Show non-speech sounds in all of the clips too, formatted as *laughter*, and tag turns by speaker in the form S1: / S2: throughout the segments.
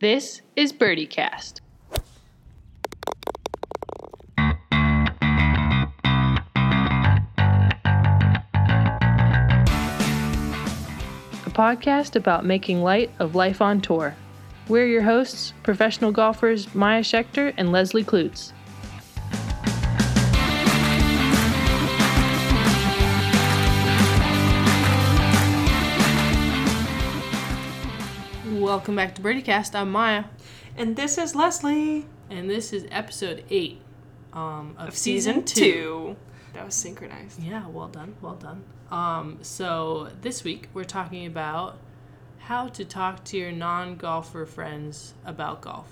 S1: This is BirdieCast. A podcast about making light of life on tour. We're your hosts, professional golfers Maya Schechter and Leslie Klutz. Welcome back to BirdieCast. I'm Maya,
S2: And this is Leslie
S1: and this is episode eight um, of,
S2: of season two. That was synchronized.
S1: Yeah, well done, well done. Um, so this week we're talking about how to talk to your non-golfer friends about golf.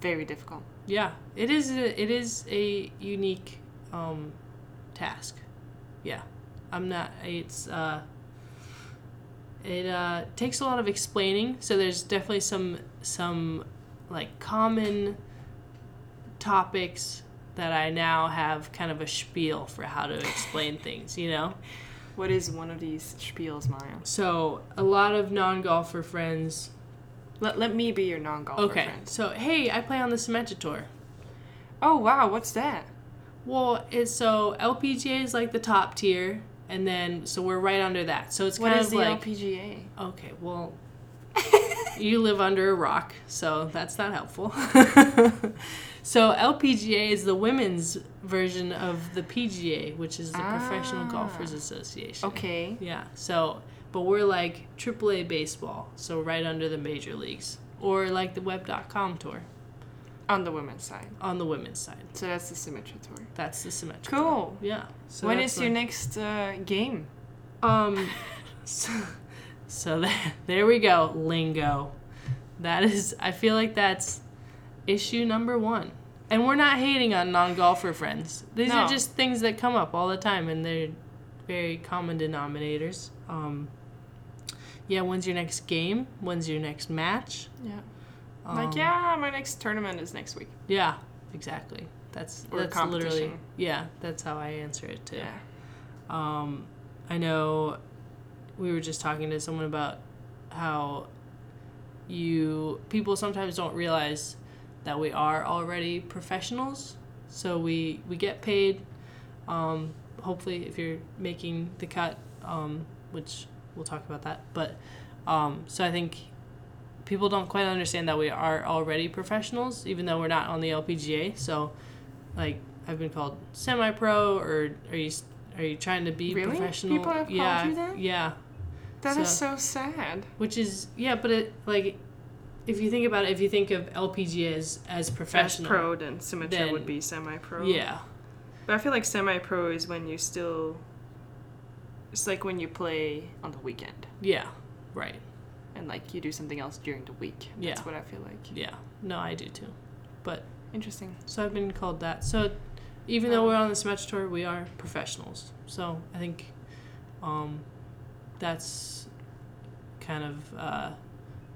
S2: Very difficult.
S1: Yeah, it is. A, it is a unique um, task. Yeah, I'm not. It's uh, it uh, takes a lot of explaining. So there's definitely some some like common topics that I now have kind of a spiel for how to explain things. You know.
S2: What is one of these spiels, Maya?
S1: So a lot of non-golfer friends.
S2: Let, let me be your non golfer
S1: Okay.
S2: friend.
S1: So hey, I play on the Symetra Tour.
S2: Oh, wow. What's that?
S1: Well, it's so LPGA is like the top tier, and then so we're right under that. So it's
S2: What
S1: kind
S2: is
S1: of
S2: the
S1: like
S2: LPGA?
S1: okay,
S2: *laughs*
S1: well, you live under a rock, so that's not helpful. *laughs* so LPGA is the women's version of the PGA, which is the Professional
S2: Ah.
S1: Golfers Association.
S2: Okay.
S1: Yeah. So, but we're like AAA baseball, so right under the major leagues, or like the Web.com tour
S2: On the women's side.
S1: on the women's side.
S2: So that's the Symmetra Tour.
S1: That's the symmetric.
S2: Cool.
S1: Yeah. So
S2: when
S1: that's
S2: is your next uh, game?
S1: Um, so, so there, there we go. Lingo. That is, I feel like that's issue number one. And we're not hating on non golfer friends. These are
S2: No.
S1: just things that come up all the time, and they're very common denominators. Um, yeah, when's your next game? When's your next match?
S2: Yeah.
S1: Um,
S2: like, yeah, my next tournament is next week.
S1: Yeah, exactly. That's,
S2: Or
S1: that's literally,
S2: competition.
S1: yeah, that's how I answer it too.
S2: Yeah.
S1: Um, I know we were just talking to someone about how you people sometimes don't realize that we are already professionals. So we we get paid. Um, hopefully, if you're making the cut, um, which we'll talk about that. But um, so I think people don't quite understand that we are already professionals, even though we're not on the LPGA. So like I've been called semi-pro, or are you s- are you trying to be
S2: Really?
S1: professional?
S2: People have called
S1: yeah,
S2: you that?
S1: Yeah,
S2: That is
S1: So-
S2: so sad.
S1: which is yeah, but it like if you think about it, if you think of LPGA as as
S2: As
S1: professional,
S2: pro, then Symmetra
S1: Then-
S2: would be semi pro.
S1: yeah,
S2: But I feel like semi pro is when you still. It's like when you play on the weekend
S1: yeah, right,
S2: and like you do something else during the week. That's
S1: Yeah.
S2: what I feel like.
S1: yeah. No, I do too. But
S2: Interesting.
S1: so I've been called that. So even
S2: Oh.
S1: though we're on the match tour, we are professionals. So I think um, that's kind of uh,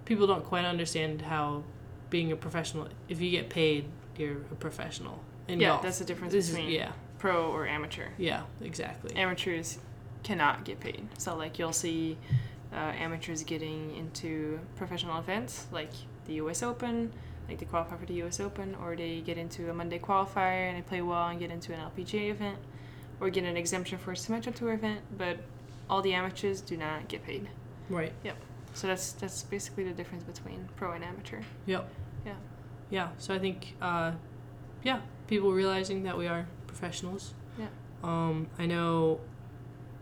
S1: people don't quite understand how being a professional. If you get paid, you're a professional in
S2: yeah,
S1: golf.
S2: that's the difference
S1: This is-
S2: between
S1: yeah,
S2: pro or amateur.
S1: yeah, exactly.
S2: Amateurs cannot get paid. So like you'll see uh, amateurs getting into professional events like the US Open, like they qualify for the US Open, or they get into a Monday qualifier and they play well and get into an LPGA event, or get an exemption for a Symmetra Tour event, but all the amateurs do not get paid.
S1: right.
S2: So that's that's basically the difference between pro and amateur.
S1: Yep.
S2: Yeah.
S1: Yeah. So I think, uh, yeah, people realizing that we are professionals.
S2: Yeah.
S1: Um, I know,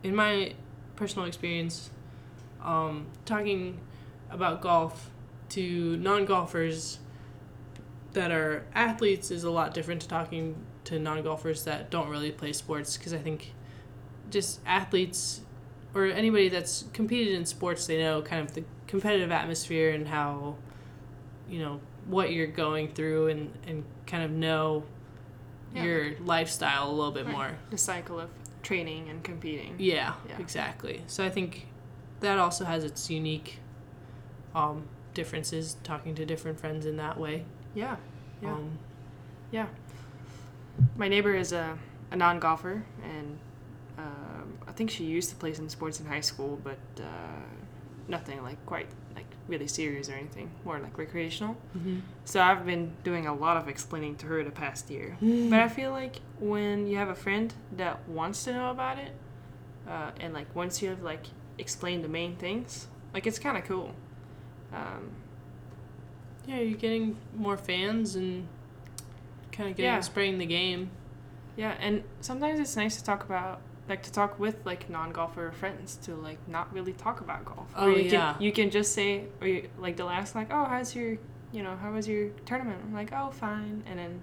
S1: in my personal experience, um, talking about golf to non-golfers that are athletes is a lot different to talking to non-golfers that don't really play sports because I think just athletes or anybody that's competed in sports they know kind of the competitive atmosphere and how you know what you're going through and and kind of know
S2: Yeah.
S1: your lifestyle a little bit
S2: Right.
S1: more
S2: The cycle of training and competing.
S1: yeah,
S2: Yeah.
S1: exactly so i think that also has its unique um differences talking to different friends in that way
S2: Yeah. Yeah.
S1: um
S2: My neighbor is a, a non golfer, and um, I think she used to play some sports in high school, but uh, nothing like quite like really serious or anything, more like recreational.
S1: Mm-hmm.
S2: So I've been doing a lot of explaining to her the past year.
S1: Mm-hmm.
S2: But I feel like when you have a friend that wants to know about it, uh, and like once you have like explained the main things, like it's kind of cool. Um,
S1: Yeah, you're getting more fans and kind of getting
S2: Yeah.
S1: spraying the game.
S2: yeah, and sometimes it's nice to talk about like to talk with like non-golfer friends to like not really talk about golf.
S1: Oh,
S2: you
S1: yeah.
S2: Can, you can just say or you, like the last like, oh, how's your you know how was your tournament? I'm like, oh, fine, and then.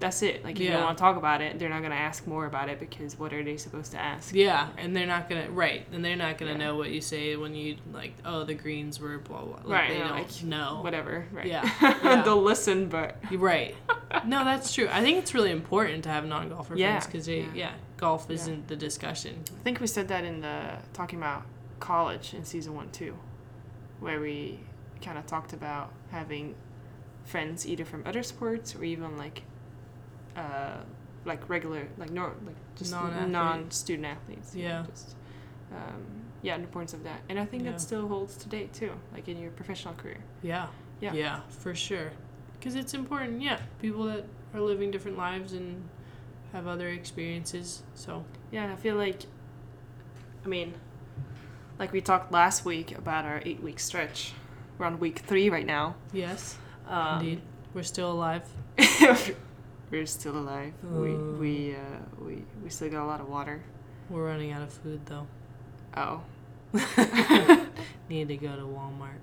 S2: That's it. Like, if you don't
S1: Yeah.
S2: want to talk about it, they're not going to ask more about it because what are they supposed to ask?
S1: Yeah, and they're not gonna right, and they're not gonna
S2: Yeah.
S1: know what you say when you like. Oh, the greens were blah blah. Like,
S2: Right,
S1: They
S2: yeah,
S1: don't
S2: like,
S1: know.
S2: whatever, right?
S1: Yeah, yeah.
S2: *laughs* They'll listen, but
S1: *laughs* You're right. No, that's true. I think it's really important to have non golfer
S2: Yeah,
S1: friends because yeah.
S2: yeah.
S1: golf
S2: Yeah.
S1: isn't the discussion.
S2: I think we said that in the talking about college in season one too, where we kind of talked about having friends either from other sports or even like, uh, like regular like nor like just
S1: Non-athlete.
S2: non student athletes. you know,
S1: Yeah.
S2: Just, um, yeah, the importance of that, and I think
S1: Yeah.
S2: that still holds today too, like in your professional career.
S1: Yeah.
S2: Yeah.
S1: Yeah, for sure. Because it's important. Yeah, people that are living different lives and have other experiences. So
S2: Yeah, and I feel like, I mean, like we talked last week about our eight week stretch. We're on week three right now.
S1: yes,
S2: Um,
S1: indeed, we're still alive.
S2: *laughs* we're still alive. We
S1: Oh.
S2: we uh, we we still got a lot of water.
S1: We're running out of food
S2: *laughs*
S1: though. *laughs*
S2: Oh,
S1: Need to go to Walmart.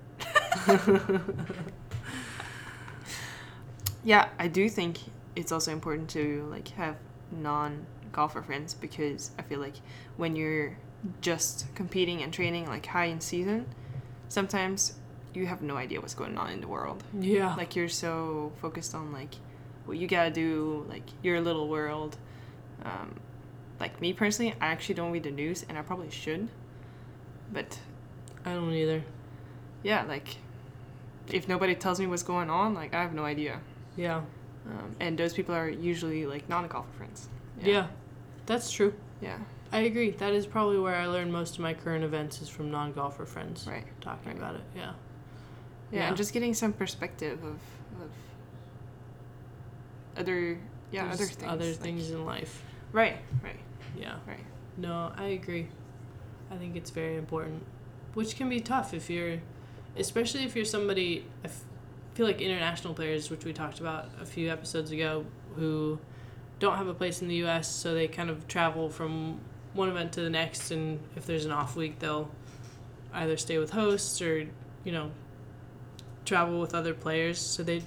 S2: yeah. I do think it's also important to like have non golfer friends because I feel like when you're just competing and training like high in season, sometimes you have no idea what's going on in the world.
S1: Yeah.
S2: like you're so focused on like what you gotta do like your little world um, like me personally i actually don't read the news and i probably should but
S1: I don't either.
S2: yeah like if nobody tells me what's going on like i have no idea
S1: Yeah.
S2: um, and those people are usually like non-golfer friends
S1: Yeah. That's true.
S2: yeah
S1: I agree. That is probably where I learned most of my current events is from non golfer friends
S2: right
S1: talking
S2: Right.
S1: about it. Yeah.
S2: yeah,
S1: Yeah.
S2: and just getting some perspective of, of other yeah
S1: There's
S2: other things
S1: Other
S2: like-
S1: things in life.
S2: right right
S1: Yeah.
S2: Right.
S1: No, I agree. I think it's very important, which can be tough if you're, especially if you're somebody. I f- feel like international players, which we talked about a few episodes ago, who don't have a place in the U.S., so they kind of travel from one event to the next, and if there's an off week, they'll either stay with hosts or you know travel with other players. So they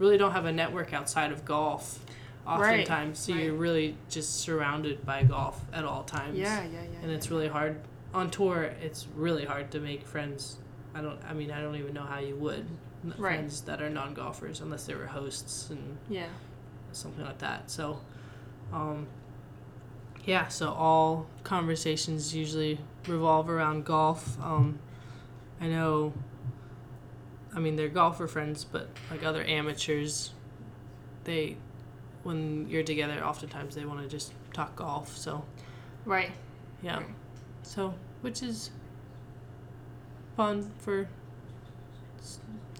S1: really don't have a network outside of golf.
S2: Right,
S1: Oftentimes, so you're really just surrounded by golf at all times.
S2: yeah yeah yeah
S1: And
S2: yeah.
S1: it's really hard on tour. It's really hard to make friends. I don't. I mean, I don't even know how you would n-
S2: Right.
S1: friends that are non golfers unless they were hosts and
S2: yeah
S1: something like that. So, um, yeah. So all conversations usually revolve around golf. Um, I know. I mean, they're golfer friends, but like other amateurs, they, when you're together, oftentimes they want to just talk golf. So,
S2: right
S1: yeah.
S2: Right.
S1: So, which is fun for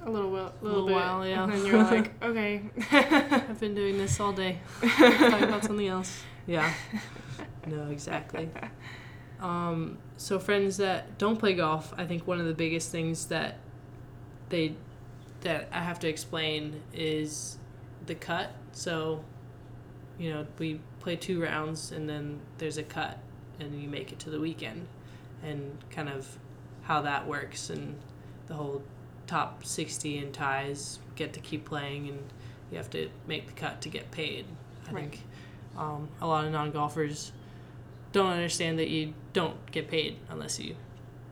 S2: A little while,
S1: little
S2: little, bit,
S1: while, yeah.
S2: *laughs* And then
S1: *laughs*
S2: you're like, okay, *laughs*
S1: I've been doing this all day. *laughs* Talking about something else. Yeah. No, exactly. *laughs* Um, so friends that don't play golf, I think one of the biggest things that they that I have to explain is the cut. So, you know, we play two rounds and then there's a cut and you make it to the weekend and kind of how that works and the whole top 60 in ties get to keep playing and you have to make the cut to get paid. I
S2: Right.
S1: think um, a lot of non golfers don't understand that you don't get paid unless you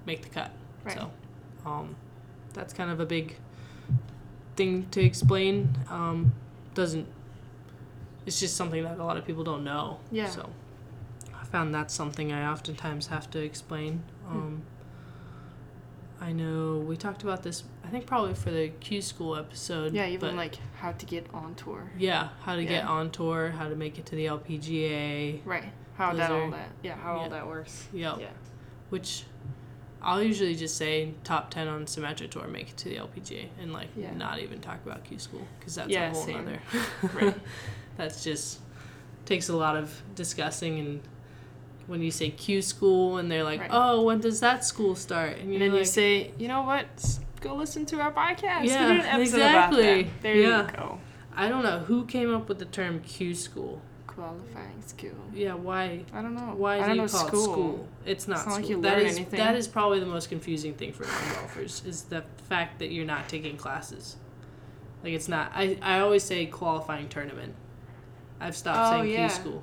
S1: make the cut.
S2: right,
S1: So um, that's kind of a big thing to explain. Um, doesn't it's just something that a lot of people don't know.
S2: Yeah.
S1: So I found that's something I oftentimes have to explain.
S2: Hmm.
S1: Um, I know we talked about this. I think probably for the Q school episode.
S2: yeah, even
S1: but-
S2: like how to get on tour,
S1: yeah, how to get
S2: Yeah.
S1: on tour, how to make it to the LPGA.
S2: right? How
S1: Those
S2: that
S1: are-
S2: all that, yeah, how
S1: yeah. *laughs*
S2: all that works,
S1: Yep.
S2: yeah,
S1: Which I'll usually just say top 10 on Symmetra Tour make it to the LPGA and like
S2: Yeah.
S1: not even talk about Q School because that's
S2: Yeah,
S1: a whole
S2: same.
S1: other.
S2: Right.
S1: that's just takes a lot of discussing and when you say Q School and they're like,
S2: Right.
S1: oh, when does that school start? And,
S2: And
S1: you're
S2: then you
S1: like,
S2: say, you know what? S- Go listen to our podcast.
S1: Yeah,
S2: we did *laughs* an episode
S1: exactly.
S2: about that. There
S1: Yeah.
S2: you go.
S1: I don't know who came up with the term Q School.
S2: Qualifying skill.
S1: Yeah, why?
S2: I don't know.
S1: Why
S2: Oh, I
S1: do
S2: don't
S1: you
S2: know
S1: call
S2: school.
S1: it school? It's not
S2: It's not
S1: school.
S2: like you
S1: that
S2: learn
S1: is
S2: anything.
S1: that is probably the most confusing thing for non golfers is the fact that you're not taking classes. Like it's not. I I always say qualifying tournament. I've stopped
S2: Oh,
S1: saying
S2: yeah.
S1: Q school.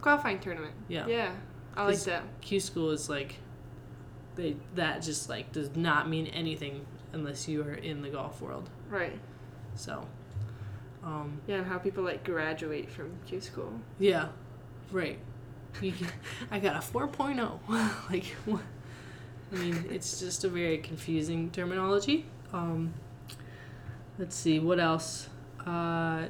S2: Qualifying tournament.
S1: Yeah.
S2: Yeah. I like
S1: Is-
S2: that.
S1: Q school is like, they that just like does not mean anything unless you are in the golf world.
S2: Right.
S1: So, um,
S2: Yeah, and how people like graduate from Q school.
S1: yeah, right. You can- *laughs* I got a 4.0. *laughs* like, what? I mean, it's just a very confusing terminology. Um, let's see, what else? Uh,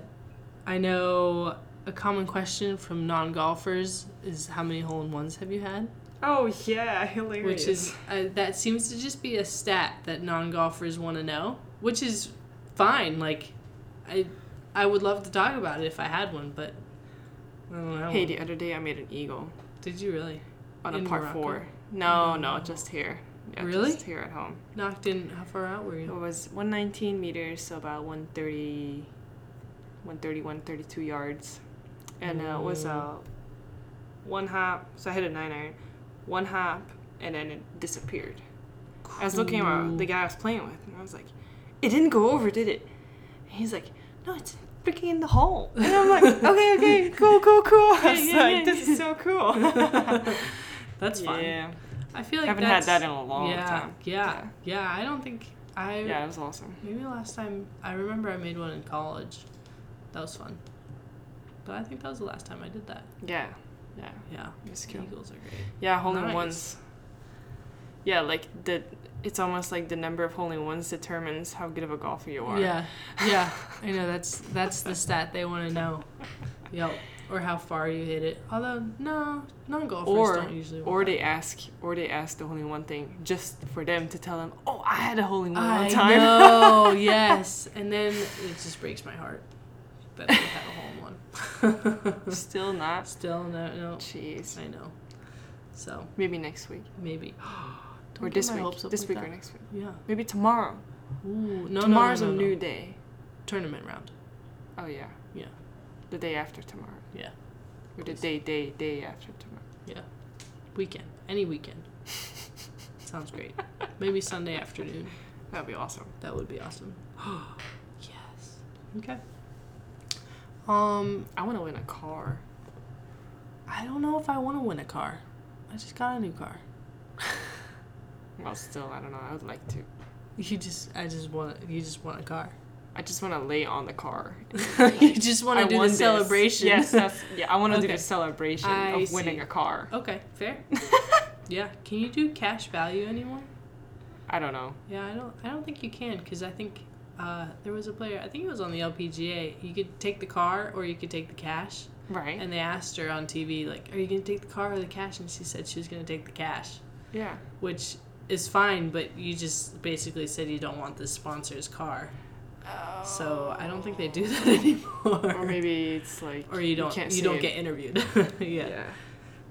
S1: I know a common question from non golfers is how many hole in ones have you had?
S2: Oh yeah, *laughs* hilarious.
S1: Which is, uh, that seems to just be a stat that non golfers want to know, which is fine. Like, I, I would love to talk about it if I had one, but I don't know.
S2: Hey, the other day I made an eagle
S1: Did you really?
S2: on a
S1: In
S2: par
S1: Morocco?
S2: four. No,
S1: No.
S2: no, just here. Yeah,
S1: Really?
S2: Just here at home.
S1: Knocked in, how far out were
S2: It
S1: you?
S2: was 119 meters, so about 130, 130, 132 yards. And uh, it was uh, one hop, so I hit a nine iron, one hop, and then it disappeared. I was looking
S1: Cool.
S2: at the guy I was playing with, and I was like, it didn't go over, did it? And he's like, no, it's freaking in the hole. *laughs* And
S1: *laughs*
S2: I'm like, okay, okay, cool, cool, cool. *laughs* I
S1: Yeah,
S2: was
S1: yeah,
S2: like,
S1: yeah,
S2: this is
S1: *laughs*
S2: so cool.
S1: That's fun.
S2: Yeah.
S1: I feel like
S2: Haven't
S1: that's,
S2: had that in a long
S1: yeah,
S2: time.
S1: Yeah, yeah, I don't think I.
S2: Yeah, yeah it was awesome.
S1: Maybe last time I remember I made one in college. That was fun. But I think that was the last time I did that.
S2: Yeah, yeah,
S1: Yeah,
S2: it was cool.
S1: Eagles are great.
S2: Yeah, hole in
S1: Nice.
S2: ones. Yeah, like the it's almost like the number of hole in ones determines how good of a golfer you are.
S1: Yeah, yeah. I know that's that's the stat they want to know. Yep. Or how far you hit it. Although no, non golfers
S2: Or-
S1: don't usually. want
S2: Or
S1: that.
S2: they ask, or they ask the hole in one thing just for them to tell them, oh, I had a hole in one
S1: I
S2: one time.
S1: know. yes, and then it just breaks my heart that I had a hole in one.
S2: *laughs* Still not.
S1: Still no, no.
S2: Jeez.
S1: I know. So
S2: Maybe next week *gasps*
S1: maybe. Don't
S2: or
S1: get
S2: this
S1: my
S2: week.
S1: hopes up
S2: This
S1: like
S2: week or
S1: that.
S2: next week.
S1: Yeah.
S2: Maybe tomorrow.
S1: Ooh, no,
S2: Tomorrow's
S1: no, no,
S2: a
S1: no,
S2: new
S1: no.
S2: day.
S1: tournament round.
S2: Oh yeah.
S1: Yeah.
S2: The day after tomorrow.
S1: Yeah.
S2: Or the
S1: Please.
S2: day, day, day after tomorrow.
S1: Weekend. Any
S2: *laughs*
S1: weekend. Sounds great. Maybe Sunday afternoon.
S2: That'd be awesome.
S1: That would be awesome. *gasps* yes. Okay. Um,
S2: I want to win a car.
S1: I don't know if I want to win a car. I just got a new car. *laughs*
S2: Well, still, I don't know. I would like to.
S1: You just, I just want, you just want a car. *laughs*
S2: I just want to lay on the car.
S1: you just want
S2: I
S1: to do the
S2: want this.
S1: celebration.
S2: Yes, that's, yeah, I want to do
S1: Okay.
S2: the celebration
S1: I
S2: of winning
S1: see.
S2: a car.
S1: *laughs* Okay. Fair. yeah. Can you do cash value anymore?
S2: I don't know.
S1: Yeah, I don't. I don't think you can because I think uh, there was a player. I think it was on the LPGA. You could take the car or you could take the cash.
S2: Right?
S1: And they asked her on TV, like, "Are you gonna take the car or the cash?" And she said she was gonna take the cash,
S2: yeah.
S1: which is fine. But you just basically said you don't want the sponsor's car, so I don't think they do that *laughs* anymore.
S2: Or maybe it's like.
S1: Or you don't. You,
S2: can't see
S1: don't
S2: it.
S1: get interviewed. *laughs* yeah.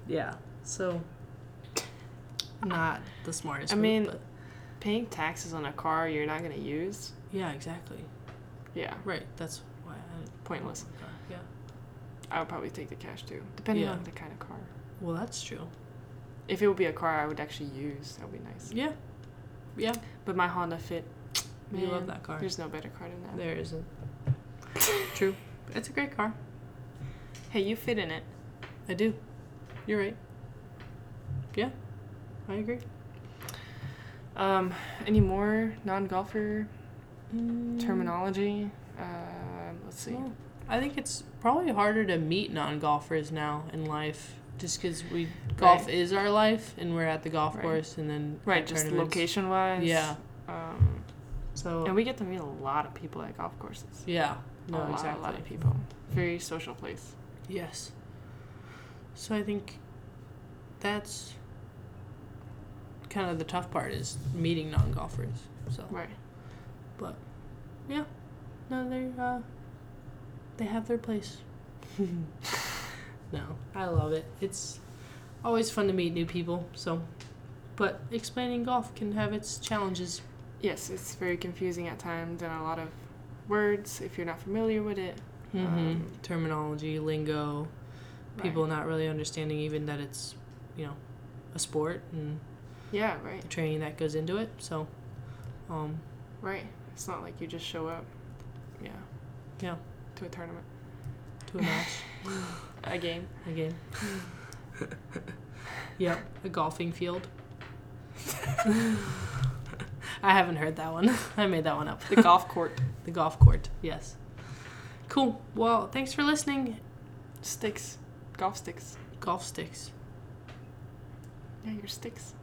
S1: yeah. So. Not the smartest.
S2: I
S1: move,
S2: mean-
S1: but-
S2: Paying taxes on a car you're not going to use.
S1: yeah, exactly.
S2: Yeah.
S1: Right. That's why. I,
S2: Pointless.
S1: Yeah.
S2: I would probably take the cash too, depending
S1: Yeah.
S2: on the kind of car.
S1: Well, that's true.
S2: If it would be a car I would actually use, that would be nice.
S1: Yeah. Yeah.
S2: But my Honda Fit,
S1: We
S2: man,
S1: love that car.
S2: There's no better car than that.
S1: There isn't. *laughs* true. It's a great car.
S2: Hey, you fit in it.
S1: I do. You're right. Yeah. I agree.
S2: Um, any more non-golfer terminology. Um, let's see.
S1: No. I think it's probably harder to meet non golfers now in life just because we golf is our life and we're at the golf
S2: Right.
S1: course and then
S2: Right,
S1: at
S2: just
S1: tournaments.
S2: location wise.
S1: Yeah.
S2: Um,
S1: So
S2: and we get to meet a lot of people at golf courses.
S1: yeah, no,
S2: a lot,
S1: exactly.
S2: A lot of people. Very social place.
S1: Yes. So I think that's kind of the tough part is meeting non golfers. So
S2: Right.
S1: But yeah, no, they uh, they have their place. no, I love it. It's always fun to meet new people. So, but explaining golf can have its challenges.
S2: Yes, it's very confusing at times and a lot of words if you're not familiar with it.
S1: Mhm.
S2: Um,
S1: Terminology, lingo, people
S2: Right.
S1: not really understanding even that it's you know a sport and
S2: Yeah, right.
S1: the training that goes into it. So, um,
S2: Right. It's not like you just show up. Yeah.
S1: Yeah.
S2: To a tournament.
S1: to a match.
S2: A game. *laughs*
S1: again. yep, a golfing field. I haven't heard that one. I made that one up.
S2: The golf court.
S1: The golf court, yes. Cool. Well, thanks for listening.
S2: Sticks. Golf sticks.
S1: Golf sticks.
S2: Yeah, your sticks.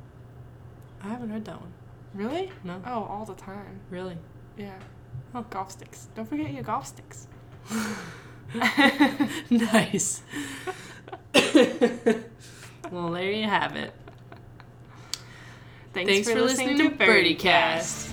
S1: I haven't heard that one.
S2: Really?
S1: No,
S2: Oh, all the time.
S1: really. *laughs*
S2: Yeah. Oh,
S1: Huh.
S2: Golf sticks. Don't forget your golf sticks.
S1: nice. *laughs* well, there you have it.
S2: Thanks, for, listening, to Birdie Cast.